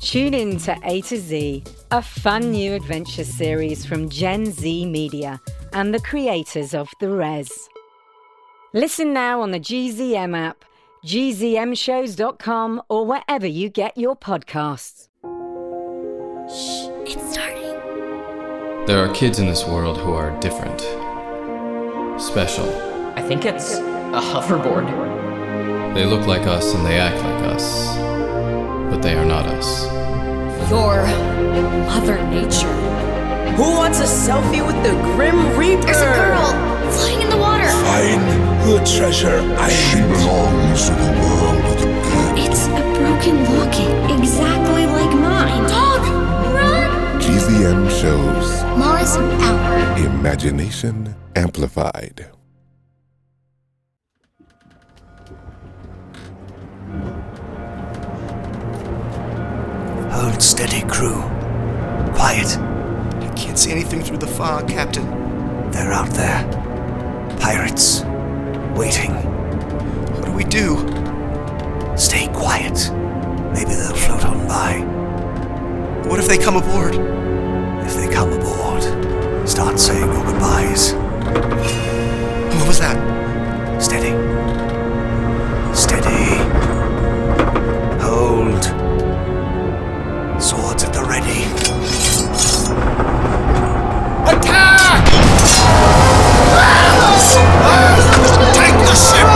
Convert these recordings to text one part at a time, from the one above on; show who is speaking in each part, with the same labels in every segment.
Speaker 1: Tune in to A to Z, a fun new adventure series from Gen Z Media and the creators of The Res. Listen now on the GZM app, gzmshows.com, or wherever you get your podcasts.
Speaker 2: It's starting.
Speaker 3: There are kids in this world who are different, special.
Speaker 4: I think it's a hoverboard.
Speaker 3: They look like us and they act like us, but they are not us.
Speaker 2: Your Mother Nature.
Speaker 5: Who wants a selfie with the Grim Reaper?
Speaker 2: There's a girl flying in the water.
Speaker 6: Find the treasure
Speaker 7: She
Speaker 6: island.
Speaker 7: belongs to the world of the good.
Speaker 2: It's a broken locket, exactly like mine. Dog, run!
Speaker 7: GZM shows
Speaker 2: Mars out.
Speaker 7: Imagination Amplified.
Speaker 8: Hold steady, crew. Quiet. I can't see anything through the fog, Captain. They're out there. Pirates. Waiting. What do we do? Stay quiet. Maybe they'll float on by. What if they come aboard? If they come aboard, start saying your goodbyes. What was that? Steady. Steady. Hold. Swords at the ready. Attack!
Speaker 6: Take the ship!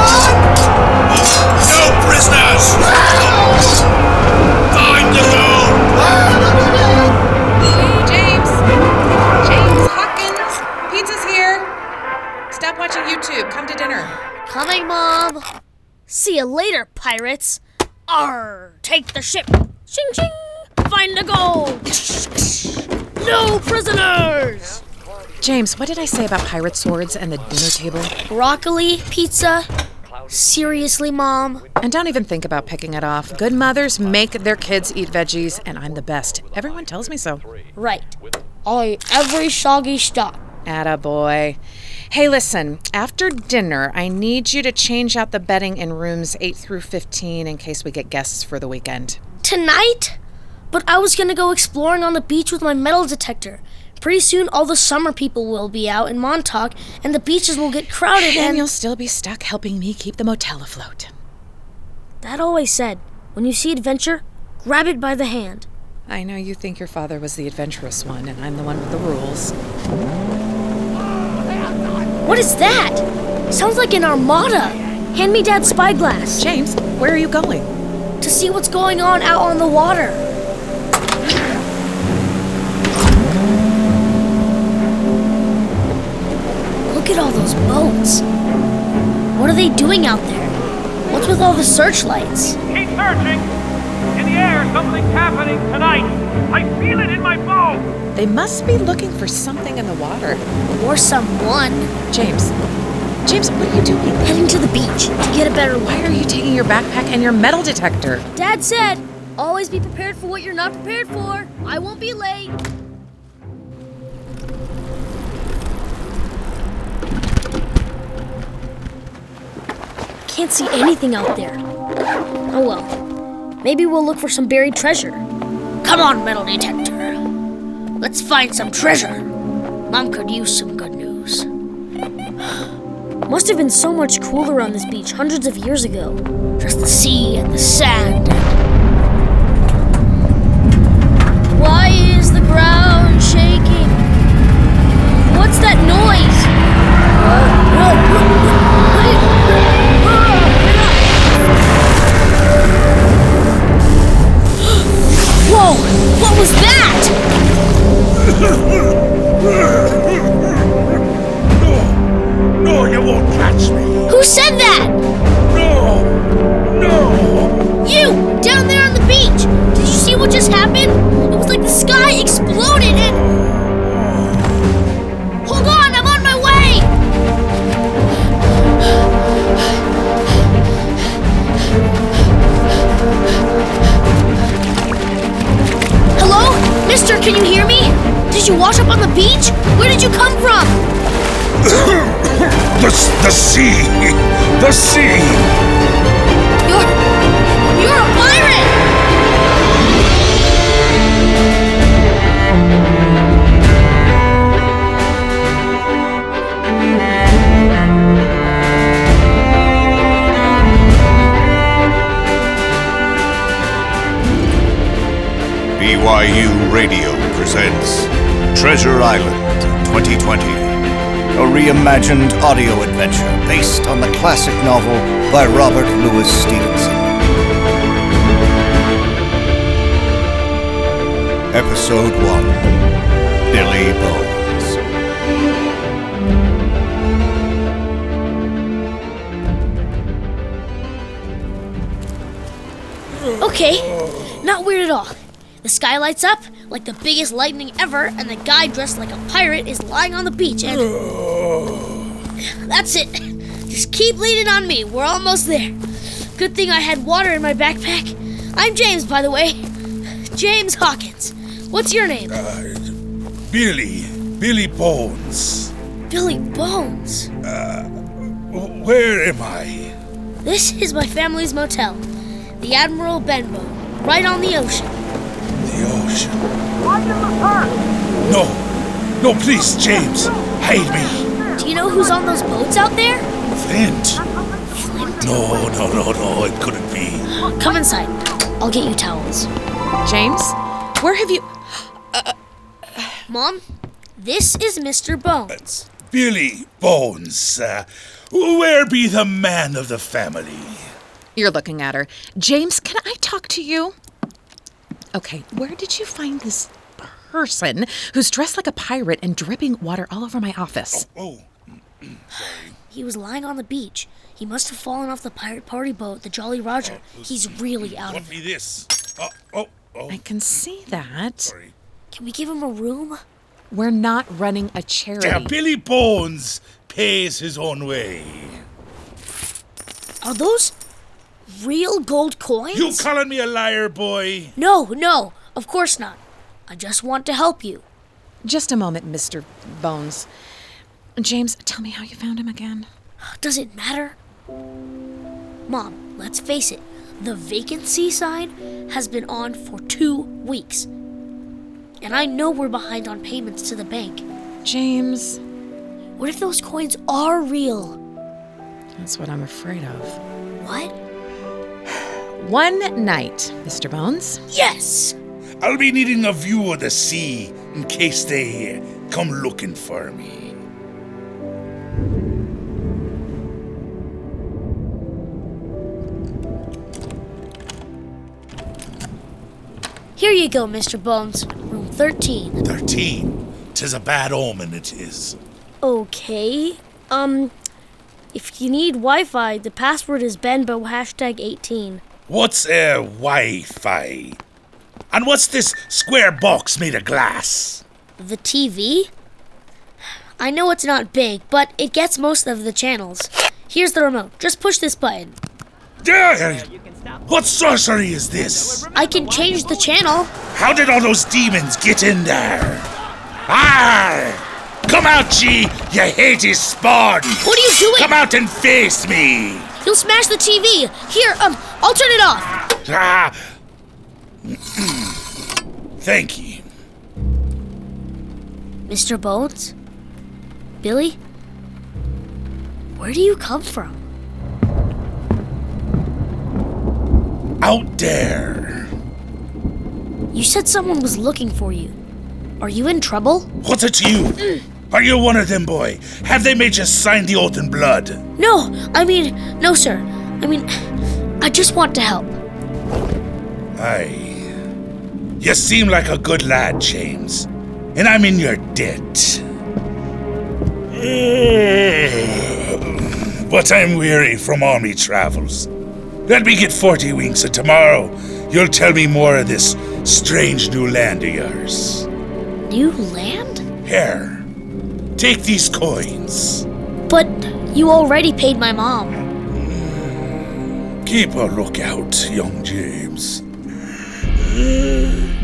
Speaker 6: No prisoners! Find the gold!
Speaker 9: Hey, James. James Hawkins. Pizza's here. Stop watching YouTube. Come to dinner.
Speaker 2: Coming, Mom. See you later, pirates. Arr, take the ship. Ching ching. Find the gold. No prisoners.
Speaker 5: James, what did I say about pirate swords and the dinner table?
Speaker 2: Broccoli, pizza. Seriously, Mom.
Speaker 5: And don't even think about picking it off. Good mothers make their kids eat veggies, and I'm the best. Everyone tells me so.
Speaker 2: Right. I'll eat every soggy stock.
Speaker 5: Atta boy. Hey, listen, after dinner, I need you to change out the bedding in rooms 8 through 15 in case we get guests for the weekend.
Speaker 2: Tonight? But I was gonna go exploring on the beach with my metal detector. Pretty soon, all the summer people will be out in Montauk, and the beaches will get crowded.
Speaker 5: And
Speaker 2: And
Speaker 5: you'll still be stuck helping me keep the motel afloat.
Speaker 2: Dad always said, when you see adventure, grab it by the hand.
Speaker 5: I know you think your father was the adventurous one, and I'm the one with the rules.
Speaker 2: What is that? Sounds like an armada. Hand me Dad's spyglass
Speaker 5: James, where are you going?
Speaker 2: to see what's going on out on the water. Look at all those boats. What are they doing out there? What's with all the searchlights?
Speaker 8: Keep searching! In the air, something's happening tonight! I feel it in my bones!
Speaker 5: They must be looking for something in the water.
Speaker 2: Or someone
Speaker 5: James, James, what are you doing?
Speaker 2: heading to the beach to get a better look.
Speaker 5: Why are you taking your backpack and your metal detector?
Speaker 2: Dad said, always be prepared for what you're not prepared for. I won't be late. Can't see anything out there. Oh well. Maybe we'll look for some buried treasure. Come on, metal detector. Let's find some treasure. Mom could use some good news. Must have been so much cooler on this beach hundreds of years ago. Just the sea and the sand. Why is the ground shaking? What's that noise? Whoa! What was that?
Speaker 6: No! No, you won't catch me!
Speaker 2: Who said that?
Speaker 6: No! No!
Speaker 2: You! Down there on the beach! Did you see what just happened? It was like the Mister, can you hear me? Did you wash up on the beach? Where did you come from?
Speaker 6: The, s- the sea! The sea!
Speaker 2: You're a pirate!
Speaker 10: BYU Radio presents Treasure Island 2020.
Speaker 8: A reimagined audio adventure based on the classic novel by Robert Louis Stevenson. Episode 1 Billy Bones.
Speaker 2: Okay, not weird at all. The sky lights up like the biggest lightning ever, and the guy dressed like a pirate is lying on the beach, and. That's it. Just keep leaning on me. We're almost there. Good thing I had water in my backpack. I'm James, by the way. James Hawkins. What's your name?
Speaker 6: Uh, Billy. Billy Bones.
Speaker 2: Billy Bones.
Speaker 6: W- Where am I?
Speaker 2: This is my family's motel, the Admiral Benbow, right on the ocean.
Speaker 6: The ocean. No. No, please, James. Hide me.
Speaker 2: Do you know who's on those boats out there?
Speaker 6: Flint. No, no, no, no. It couldn't be.
Speaker 2: Come inside. I'll get you towels.
Speaker 5: James, where have you.
Speaker 2: Mom, this is Mr. Bones.
Speaker 6: Billy Bones. Uh, where be the man of the family?
Speaker 5: You're looking at her. James, can I talk to you? Okay, where did you find this person who's dressed like a pirate and dripping water all over my office?
Speaker 6: Oh.
Speaker 2: He was lying on the beach. He must have fallen off the pirate party boat, the Jolly Roger. He's really out of
Speaker 6: Uh, What be this? Oh, oh, oh.
Speaker 5: I can see that.
Speaker 2: Can we give him a room?
Speaker 5: We're not running a charity.
Speaker 6: Uh, Billy Bones pays his own way.
Speaker 2: Are those real gold coins?
Speaker 6: You calling me a liar, boy?
Speaker 2: No, no, of course not. I just want to help you.
Speaker 5: Just a moment, Mr. Bones. James, tell me how you found him again.
Speaker 2: Does it matter? Mom, let's face it. The vacancy sign has been on for two weeks. And I know we're behind on payments to the bank.
Speaker 5: James.
Speaker 2: What if those coins are real?
Speaker 5: That's what I'm afraid of.
Speaker 2: What?
Speaker 5: One night, Mr. Bones.
Speaker 2: Yes!
Speaker 6: I'll be needing a view of the sea in case they uh, come looking for me.
Speaker 2: Here you go, Mr. Bones. Room 13.
Speaker 6: 13. Tis a bad omen, it is.
Speaker 2: Okay. Um, if you need Wi Fi, the password is Benbow hashtag 18.
Speaker 6: What's a uh, Wi Fi? And what's this square box made of glass?
Speaker 2: The TV? I know it's not big, but it gets most of the channels. Here's the remote. Just push this button.
Speaker 6: Yeah, what sorcery is this?
Speaker 2: I can change the channel.
Speaker 6: How did all those demons get in there? Ah! Come out, G! You Hades spawn!
Speaker 2: What are you doing?
Speaker 6: Come out and face me!
Speaker 2: You'll smash the TV. Here, um, I'll turn it off.
Speaker 6: Ah! Thank you.
Speaker 2: Mr. Bones? Billy? Where do you come from?
Speaker 6: Out there.
Speaker 2: You said someone was looking for you. Are you in trouble?
Speaker 6: What's it to
Speaker 2: Mm.
Speaker 6: you? Are you one of them, boy? Have they made you sign the oath in blood?
Speaker 2: No, I mean, no, sir. I mean, I just want to help.
Speaker 6: Aye. You seem like a good lad, James. And I'm in your debt. Mm. But I'm weary from all me travels. Let me get 40 winks, and tomorrow you'll tell me more of this strange new land of yours.
Speaker 2: New land?
Speaker 6: Here, take these coins.
Speaker 2: But you already paid my mom.
Speaker 6: Keep a lookout, young James.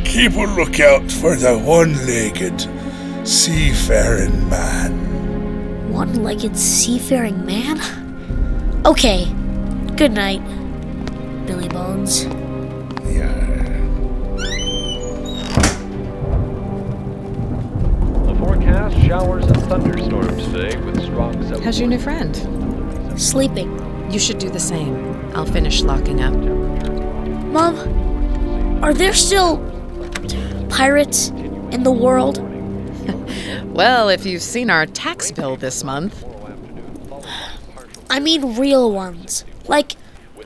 Speaker 6: Keep a lookout for the one legged seafaring man.
Speaker 2: One legged seafaring man? Okay. Good night, Billy Bones.
Speaker 11: The forecast showers and thunderstorms today with strong south.
Speaker 5: How's your new friend?
Speaker 2: Sleeping.
Speaker 5: You should do the same. I'll finish locking up.
Speaker 2: Mom, are there still pirates in the world?
Speaker 5: Well, if you've seen our tax bill this month,
Speaker 2: I mean real ones. Like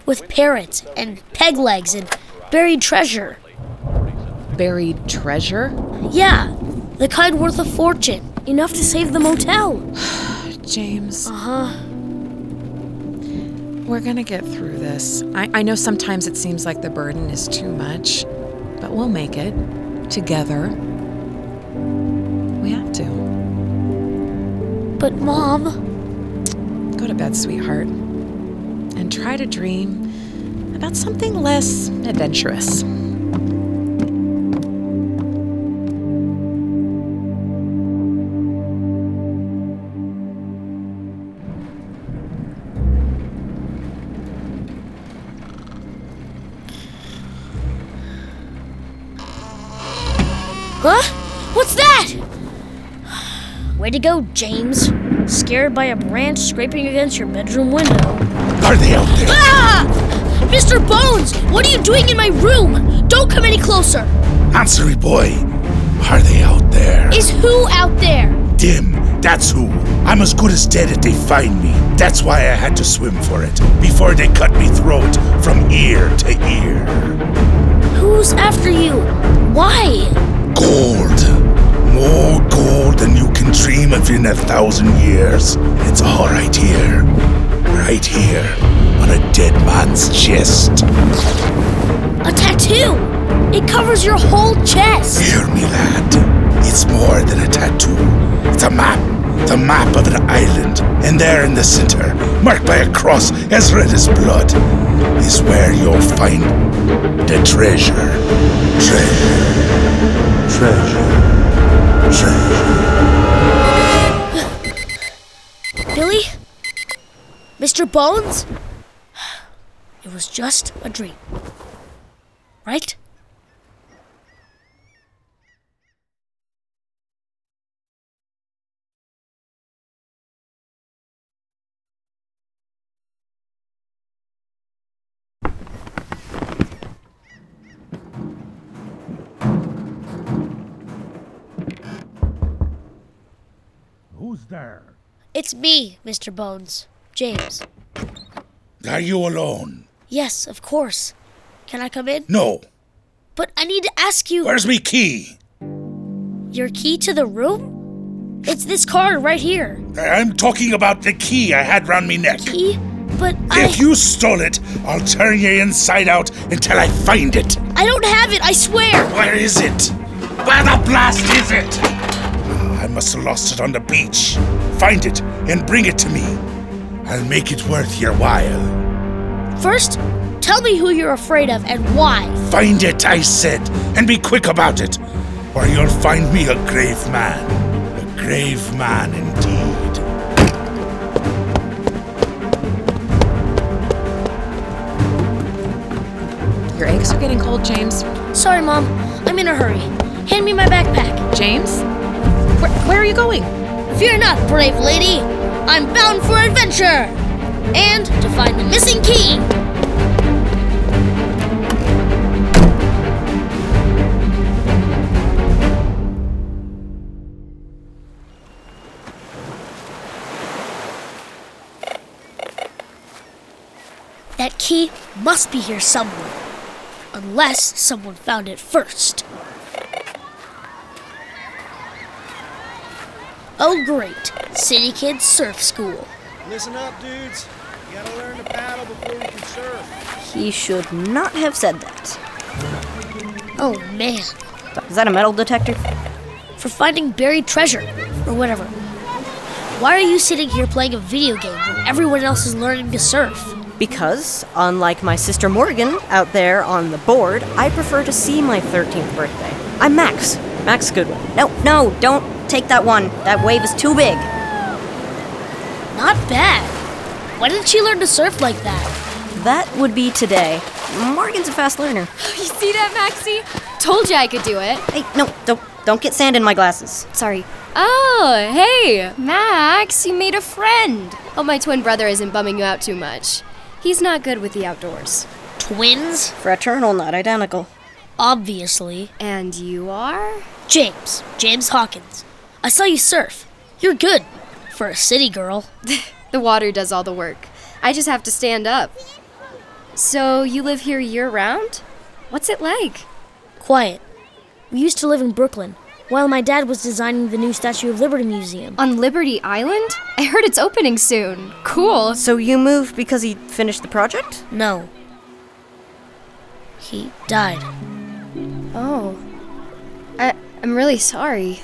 Speaker 2: with parrots and peg legs and buried treasure.
Speaker 5: Buried treasure?
Speaker 2: Yeah, the kind worth a fortune. Enough to save the motel.
Speaker 5: James.
Speaker 2: Uh huh.
Speaker 5: we're gonna get through this. I, I know sometimes it seems like the burden is too much, but we'll make it together. We have to.
Speaker 2: But, Mom.
Speaker 5: Go to bed, sweetheart, and try to dream about something less adventurous.
Speaker 2: Huh? What's that? Way to go, James. Scared by a branch scraping against your bedroom window.
Speaker 6: Are they out there?
Speaker 2: Ah! Mr. Bones, what are you doing in my room? Don't come any closer.
Speaker 6: Answer me, boy. Are they out there?
Speaker 2: Is who out there?
Speaker 6: Dim, that's who. I'm as good as dead if they find me. That's why I had to swim for it, before they cut me throat from ear to ear.
Speaker 2: Who's after you? Why?
Speaker 6: Gold. More gold than you can dream of in a thousand years. It's all right here. Right here. On a dead man's chest.
Speaker 2: A tattoo! It covers your whole chest!
Speaker 6: Hear me, lad. It's more than a tattoo. It's a map. The map of an island. And there in the center, marked by a cross as red as blood, is where you'll find the treasure. Treasure. Treasure. Treasure.
Speaker 2: Billy? Mr. Bones? It was just a dream. Right?
Speaker 6: Who's there?
Speaker 2: It's me, Mr. Bones. James.
Speaker 6: Are you alone?
Speaker 2: Yes, of course. Can I come in?
Speaker 6: No.
Speaker 2: But I need to ask you
Speaker 6: Where's me key?
Speaker 2: your key to the room? It's this card right here.
Speaker 6: I- I'm talking about the key I had round me neck.
Speaker 2: Key? But I
Speaker 6: If you stole it, I'll turn you inside out until I find it.
Speaker 2: I don't have it, I swear!
Speaker 6: Where is it? Where the blast is it? I must have lost it on the beach. Find it and bring it to me. I'll make it worth your while.
Speaker 2: First, tell me who you're afraid of and why.
Speaker 6: Find it, I said, and be quick about it, or you'll find me a grave man. A grave man indeed.
Speaker 5: Your eggs are getting cold, James.
Speaker 2: Sorry, Mom. I'm in a hurry. Hand me my backpack.
Speaker 5: James? Where, where are you going?
Speaker 2: Fear not, brave lady. I'm bound for adventure. And to find the missing key. That key must be here somewhere. Unless someone found it first. Oh, great. City Kids Surf School.
Speaker 12: Listen up, dudes. You gotta learn to paddle before you can surf.
Speaker 13: He should not have said that.
Speaker 2: Oh, man.
Speaker 13: Is that a metal detector?
Speaker 2: For finding buried treasure, or whatever. Why are you sitting here playing a video game when everyone else is learning to surf?
Speaker 13: Because, unlike my sister Morgan out there on the board, I prefer to see my 13th birthday. I'm Max. Max Goodwin. No, no, don't take that one. That wave is too big.
Speaker 2: Not bad. Why didn't she learn to surf like that?
Speaker 13: That would be today. Morgan's a fast learner.
Speaker 14: You see that, Maxie? Told you I could do it.
Speaker 13: Hey, no, don't, don't get sand in my glasses.
Speaker 14: Sorry. Oh, hey, Max, you made a friend. Oh, my twin brother isn't bumming you out too much. He's not good with the outdoors.
Speaker 2: Twins?
Speaker 13: Fraternal, not identical.
Speaker 2: Obviously.
Speaker 14: And you are?
Speaker 2: James. James Hawkins. I saw you surf. You're good. For a city girl.
Speaker 14: the water does all the work. I just have to stand up. So you live here year round? What's it like?
Speaker 2: Quiet. We used to live in Brooklyn while my dad was designing the new Statue of Liberty Museum.
Speaker 14: On Liberty Island? I heard it's opening soon. Cool.
Speaker 13: So you moved because he finished the project?
Speaker 2: No. He died.
Speaker 14: Oh. I, I'm really sorry.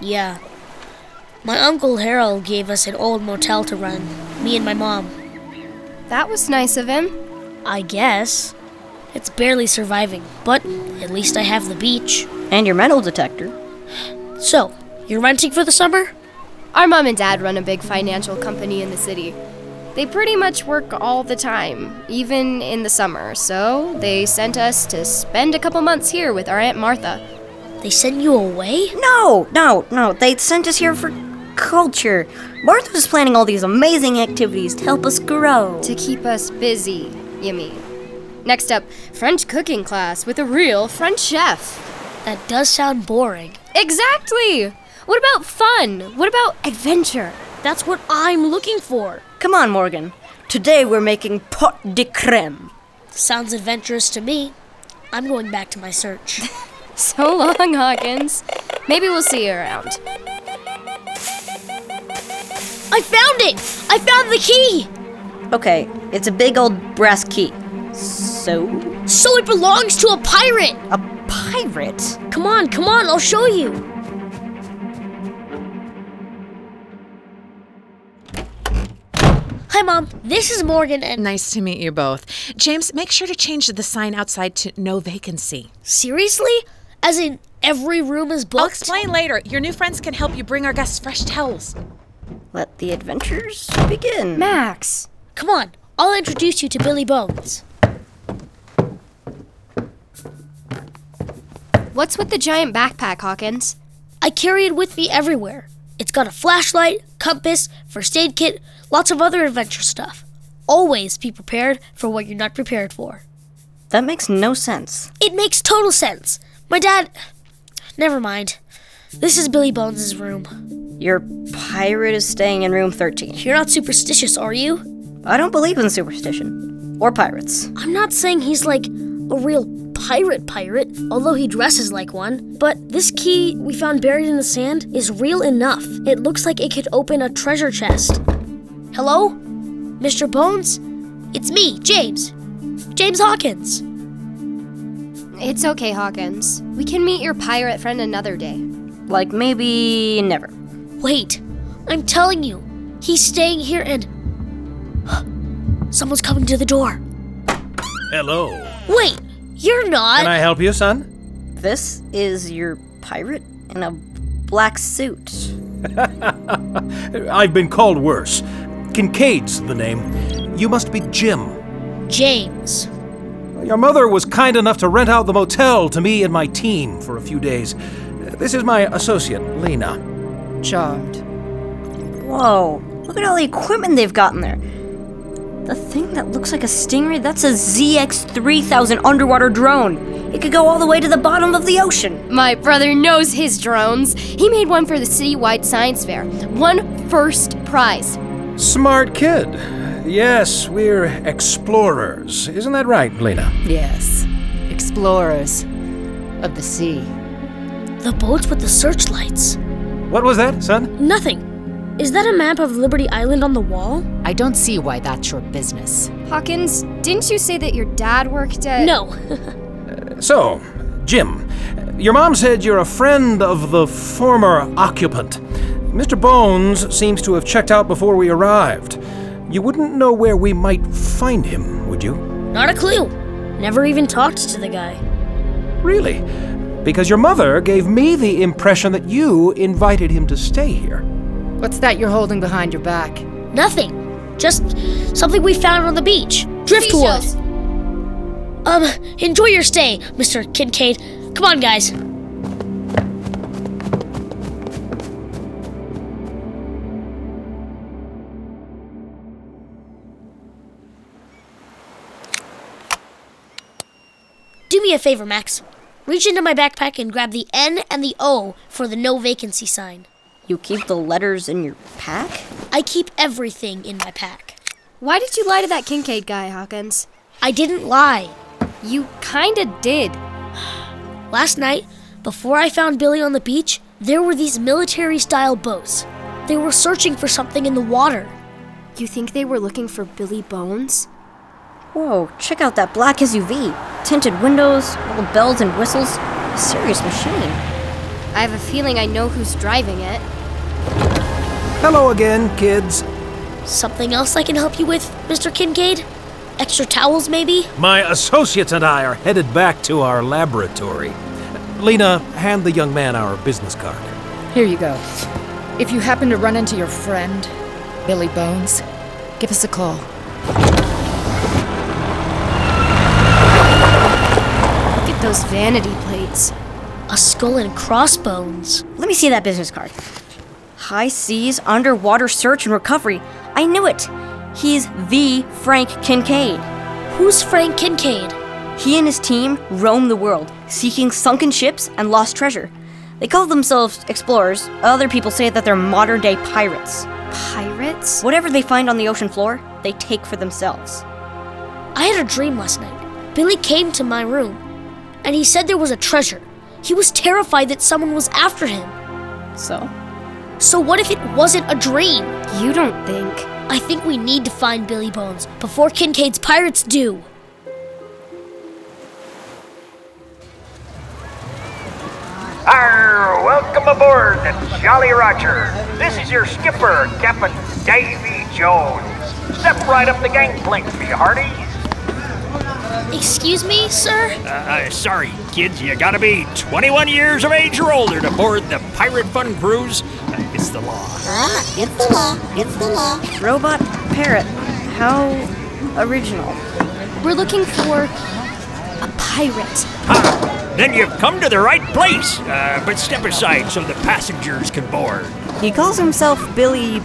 Speaker 2: Yeah. My uncle Harold gave us an old motel to run, me and my mom.
Speaker 14: That was nice of him.
Speaker 2: I guess. It's barely surviving, but at least I have the beach.
Speaker 13: And your metal detector.
Speaker 2: So, you're renting for the summer?
Speaker 14: Our mom and dad run a big financial company in the city. They pretty much work all the time, even in the summer, so they sent us to spend a couple months here with our Aunt Martha.
Speaker 2: They sent you away?
Speaker 13: No, no, no. They sent us here for culture. Martha's planning all these amazing activities to help us grow.
Speaker 14: To keep us busy, you mean. Next up, French cooking class with a real French chef.
Speaker 2: That does sound boring.
Speaker 14: Exactly! What about fun? What about adventure?
Speaker 2: That's what I'm looking for.
Speaker 13: Come on, Morgan. Today we're making pot de creme.
Speaker 2: Sounds adventurous to me. I'm going back to my search.
Speaker 14: so long, Hawkins. Maybe we'll see you around.
Speaker 2: I found it! I found the key!
Speaker 13: Okay, it's a big old brass key. So?
Speaker 2: So Oh, it belongs to a pirate!
Speaker 13: A pirate?
Speaker 2: Come on, come on, I'll show you! Hi, Mom. This is Morgan and.
Speaker 5: Nice to meet you both. James, make sure to change the sign outside to no vacancy.
Speaker 2: Seriously? As in, every room is booked?
Speaker 5: I'll explain later. Your new friends can help you bring our guests fresh towels.
Speaker 13: Let the adventures begin.
Speaker 14: Max!
Speaker 2: Come on, I'll introduce you to Billy Bones.
Speaker 14: What's with the giant backpack, Hawkins?
Speaker 2: I carry it with me everywhere. It's got a flashlight, compass, first aid kit, lots of other adventure stuff. Always be prepared for what you're not prepared for.
Speaker 13: That makes no sense.
Speaker 2: It makes total sense. My dad. Never mind. This is Billy Bones' room.
Speaker 13: Your pirate is staying in room 13.
Speaker 2: You're not superstitious, are you?
Speaker 13: I don't believe in superstition. Or pirates.
Speaker 2: I'm not saying he's like a real pirate pirate, although he dresses like one. But this key we found buried in the sand is real enough. It looks like it could open a treasure chest. Hello? Mr. Bones? It's me, James. James Hawkins.
Speaker 14: It's okay, Hawkins. We can meet your pirate friend another day.
Speaker 13: Like maybe never.
Speaker 2: Wait, I'm telling you, he's staying here and. Someone's coming to the door.
Speaker 15: Hello.
Speaker 2: Wait, you're not.
Speaker 15: Can I help you, son?
Speaker 13: This is your pirate in a black suit.
Speaker 15: I've been called worse. Kincaid's the name. You must be Jim.
Speaker 2: James.
Speaker 15: Your mother was kind enough to rent out the motel to me and my team for a few days. This is my associate, Lena
Speaker 13: charmed. Whoa, look at all the equipment they've got in there. The thing that looks like a stingray, that's a ZX3000 underwater drone. It could go all the way to the bottom of the ocean.
Speaker 14: My brother knows his drones. He made one for the citywide science fair, won first prize.
Speaker 15: Smart kid. Yes, we're explorers. Isn't that right, Lena?
Speaker 16: Yes, explorers of the sea.
Speaker 2: The boats with the searchlights.
Speaker 15: What was that, son?
Speaker 2: Nothing. Is that a map of Liberty Island on the wall?
Speaker 16: I don't see why that's your business.
Speaker 14: Hawkins, didn't you say that your dad worked at.
Speaker 2: No.
Speaker 15: uh, so, Jim, your mom said you're a friend of the former occupant. Mr. Bones seems to have checked out before we arrived. You wouldn't know where we might find him, would you?
Speaker 2: Not a clue. Never even talked to the guy.
Speaker 15: Really? Because your mother gave me the impression that you invited him to stay here.
Speaker 16: What's that you're holding behind your back?
Speaker 2: Nothing. Just something we found on the beach. Driftwood. Um, enjoy your stay, Mr. Kincaid. Come on, guys. Do me a favor, Max. Reach into my backpack and grab the N and the O for the no vacancy sign.
Speaker 13: You keep the letters in your pack?
Speaker 2: I keep everything in my pack.
Speaker 14: Why did you lie to that Kincaid guy, Hawkins?
Speaker 2: I didn't lie.
Speaker 14: You kinda did.
Speaker 2: Last night, before I found Billy on the beach, there were these military style boats. They were searching for something in the water.
Speaker 14: You think they were looking for Billy Bones?
Speaker 13: Whoa, check out that black SUV. Tinted windows, all the bells and whistles. A serious machine.
Speaker 14: I have a feeling I know who's driving it.
Speaker 15: Hello again, kids.
Speaker 2: Something else I can help you with, Mr. Kincaid? Extra towels, maybe?
Speaker 15: My associates and I are headed back to our laboratory. Lena, hand the young man our business card.
Speaker 16: Here you go. If you happen to run into your friend, Billy Bones, give us a call.
Speaker 14: Look at those vanity plates.
Speaker 2: A skull and crossbones.
Speaker 13: Let me see that business card. High seas underwater search and recovery. I knew it. He's the Frank Kincaid.
Speaker 2: Who's Frank Kincaid?
Speaker 13: He and his team roam the world, seeking sunken ships and lost treasure. They call themselves explorers. Other people say that they're modern day pirates.
Speaker 14: Pirates?
Speaker 13: Whatever they find on the ocean floor, they take for themselves.
Speaker 2: I had a dream last night. Billy came to my room, and he said there was a treasure. He was terrified that someone was after him.
Speaker 14: So?
Speaker 2: So, what if it wasn't a dream?
Speaker 14: You don't think.
Speaker 2: I think we need to find Billy Bones before Kincaid's pirates do.
Speaker 17: Arr, welcome aboard the Jolly Roger. This is your skipper, Captain Davy Jones. Step right up the gangplank, me hearties.
Speaker 2: Excuse me, sir?
Speaker 17: Uh, uh, sorry, kids, you gotta be 21 years of age or older to board the Pirate Fun Cruise. Uh, it's the law.
Speaker 13: Ah, it's the law. It's the law. Robot parrot. How original.
Speaker 14: We're looking for a pirate.
Speaker 17: Ha! Then you've come to the right place. Uh, but step aside so the passengers can board.
Speaker 13: He calls himself Billy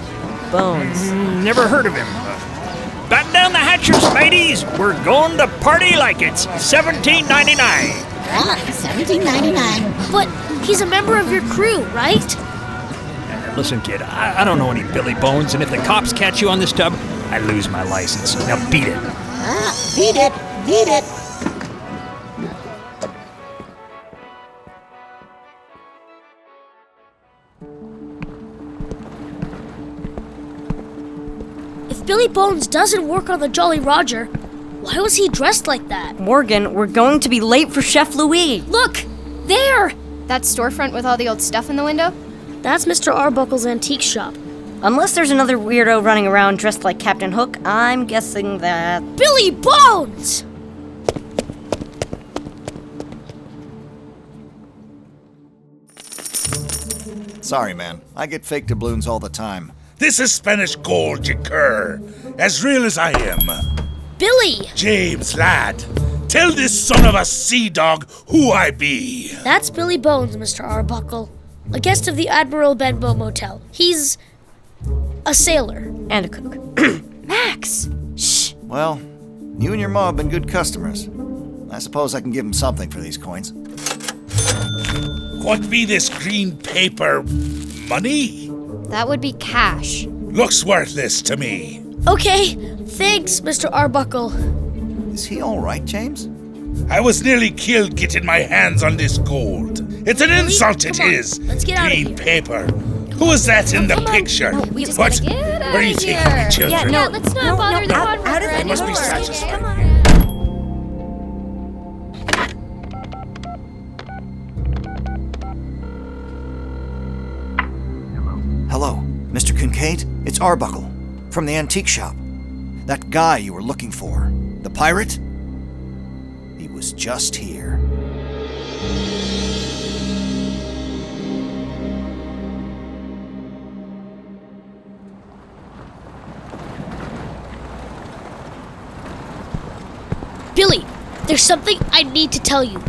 Speaker 13: Bones.
Speaker 17: Mm, never heard of him. Uh, Batten down the hatches, mateys. We're going to party like it's 1799.
Speaker 18: Ah, 1799.
Speaker 2: But he's a member of your crew, right?
Speaker 17: Listen, kid, I, I, don't know any Billy Bones, and if the cops catch you on this tub, I lose my license. Now beat it.
Speaker 18: Ah, beat it, beat it.
Speaker 2: If Billy Bones doesn't work on the Jolly Roger, why was he dressed like that?
Speaker 13: Morgan, we're going to be late for Chef Louis.
Speaker 2: Look! There!
Speaker 14: That storefront with all the old stuff in the window?
Speaker 2: That's Mr. Arbuckle's antique shop.
Speaker 13: Unless there's another weirdo running around dressed like Captain Hook, I'm guessing that.
Speaker 2: Billy Bones!
Speaker 8: Sorry, man. I get fake doubloons all the time.
Speaker 6: This is Spanish gold, you cur. As real as I am.
Speaker 2: Billy!
Speaker 6: James, lad. Tell this son of a sea dog who I be.
Speaker 2: That's Billy Bones, Mr. Arbuckle a guest of the Admiral Benbow Motel. He's a sailor
Speaker 13: and a cook.
Speaker 14: Max, shh.
Speaker 8: Well, you and your ma have been good customers. I suppose I can give him something for these coins.
Speaker 6: What be this green paper? Money?
Speaker 14: That would be cash.
Speaker 6: Looks worthless to me.
Speaker 2: Okay, thanks, Mr. Arbuckle.
Speaker 8: Is he all right, James?
Speaker 6: I was nearly killed getting my hands on this gold. It's an insult, it is.
Speaker 2: Let's get out
Speaker 6: Green paper. Who was that in oh, the picture?
Speaker 14: No, we just
Speaker 6: what?
Speaker 14: Gotta get out
Speaker 6: Where are you
Speaker 14: of
Speaker 6: taking
Speaker 14: here.
Speaker 6: me, children?
Speaker 14: Yeah, no, let's not
Speaker 13: no,
Speaker 14: bother
Speaker 13: no,
Speaker 14: the
Speaker 13: out-
Speaker 14: convoy
Speaker 13: out of
Speaker 14: anymore.
Speaker 13: it.
Speaker 6: I must be
Speaker 13: Come on.
Speaker 6: satisfied.
Speaker 14: Come on.
Speaker 8: Hello, Mr. Kincaid. It's Arbuckle from the antique shop. That guy you were looking for. The pirate? He was just here.
Speaker 2: Billy, there's something I need to tell you.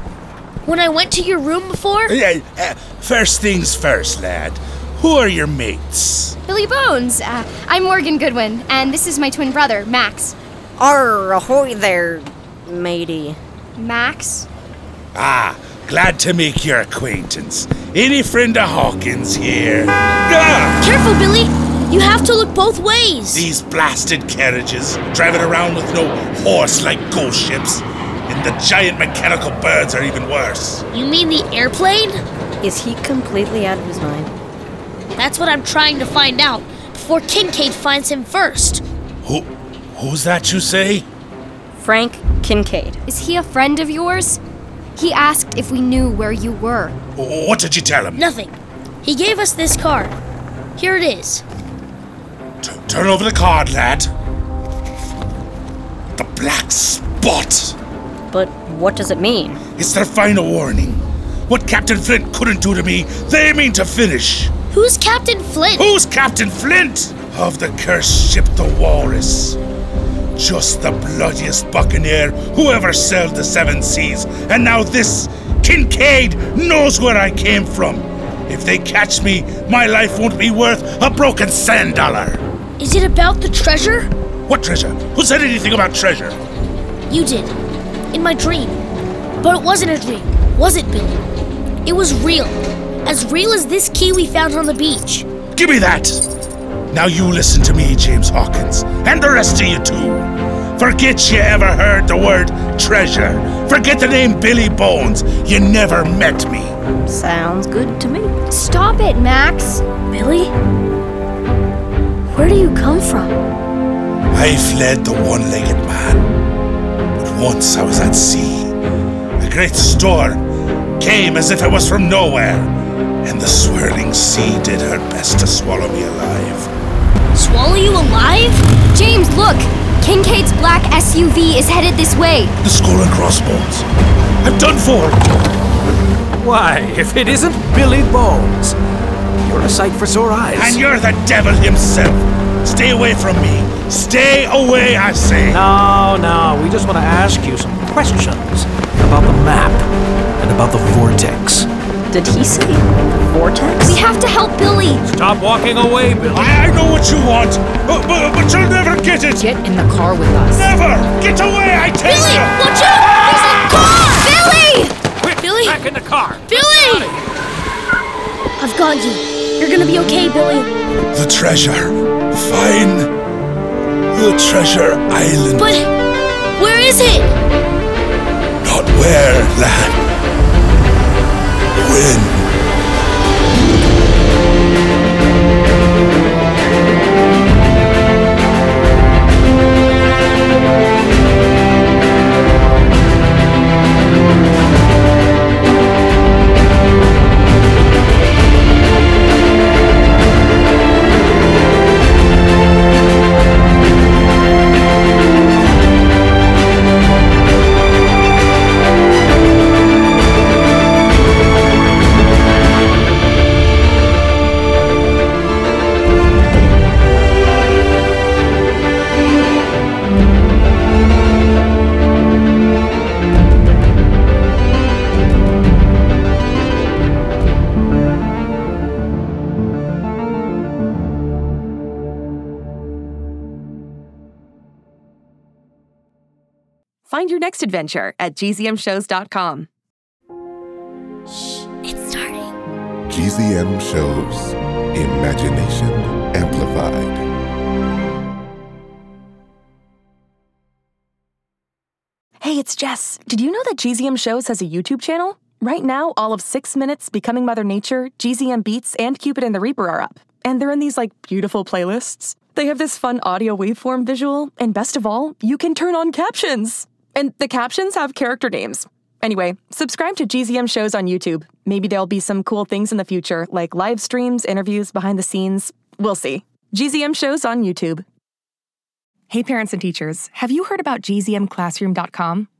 Speaker 2: When I went to your room before,
Speaker 6: Yeah, uh, first things first, lad. Who are your mates?
Speaker 14: Billy Bones. Uh, I'm Morgan Goodwin, and this is my twin brother, Max.
Speaker 13: Arr, ahoy there, matey.
Speaker 14: Max?
Speaker 6: Ah, glad to make your acquaintance. Any friend of Hawkins here? Ah!
Speaker 2: Careful, Billy! You have to look both ways!
Speaker 6: These blasted carriages, driving around with no horse like ghost ships. And the giant mechanical birds are even worse.
Speaker 2: You mean the airplane?
Speaker 13: Is he completely out of his mind?
Speaker 2: That's what I'm trying to find out before Kincaid finds him first.
Speaker 6: Who, who's that you say?
Speaker 13: Frank Kincaid.
Speaker 14: Is he a friend of yours? He asked if we knew where you were.
Speaker 6: Wh- What did you tell him?
Speaker 2: Nothing. He gave us this card. Here it is.
Speaker 6: Turn over the card, lad. The black spot.
Speaker 13: But what does it mean?
Speaker 6: It's their final warning. What Captain Flint couldn't do to me, they mean to finish.
Speaker 2: Who's Captain Flint?
Speaker 6: Who's Captain Flint? Of the cursed ship, the Walrus. Just the bloodiest buccaneer who ever sailed the seven seas. And now this Kincaid knows where I came from. If they catch me, my life won't be worth a broken sand dollar.
Speaker 2: Is it about the treasure?
Speaker 6: What treasure? Who said anything about treasure?
Speaker 2: You did. In my dream. But it wasn't a dream, was it, Billy? It was real. As real as this key we found on the beach.
Speaker 6: Give me that! Now you listen to me, James Hawkins, and the rest of you too. Forget you ever heard the word treasure. Forget the name Billy Bones. You never met me.
Speaker 13: Sounds good to me.
Speaker 14: Stop it, Max.
Speaker 2: Billy? Where do you come from?
Speaker 6: I fled the one legged man. But once I was at sea, a great storm came as if it was from nowhere, and the swirling sea did her best to swallow me alive.
Speaker 2: Swallow you alive?
Speaker 14: James, look! Kincaid's black SUV is headed this way.
Speaker 6: The skull and crossbones. I'm done for!
Speaker 15: Why, if it isn't Billy Bones, you're a sight for sore eyes.
Speaker 6: And you're the devil himself! Stay away from me! Stay away, I say!
Speaker 15: No, no, we just want to ask you some questions about the map and about the vortex.
Speaker 13: Did he say vortex?
Speaker 14: We have to help Billy.
Speaker 15: Stop walking away, Billy.
Speaker 6: I, I know what you want, but, but, but you'll never get it!
Speaker 16: Get in the car with us.
Speaker 6: Never! Get away, I tell
Speaker 2: Billy!
Speaker 6: you!
Speaker 2: Watch out! There's a car! Billy!
Speaker 15: Quick,
Speaker 2: Billy!
Speaker 15: back in the car.
Speaker 2: Billy! I've got you. You're gonna be okay, Billy.
Speaker 6: The treasure. Fine. The treasure island.
Speaker 2: But where is it?
Speaker 6: Not where, lad. When?
Speaker 19: Find your next adventure at gzmshows.com.
Speaker 2: It's starting.
Speaker 7: GZM shows Imagination Amplified.
Speaker 19: Hey, it's Jess. Did you know that GZM Shows has a YouTube channel? Right now, all of Six Minutes, Becoming Mother Nature, GZM Beats, and Cupid and the Reaper are up. And they're in these, like, beautiful playlists. They have this fun audio waveform visual, and best of all, you can turn on captions! And the captions have character names. Anyway, subscribe to GZM Shows on YouTube. Maybe there'll be some cool things in the future, like live streams, interviews, behind the scenes. We'll see. GZM Shows on YouTube. Hey, parents and teachers, have you heard about gzmclassroom.com?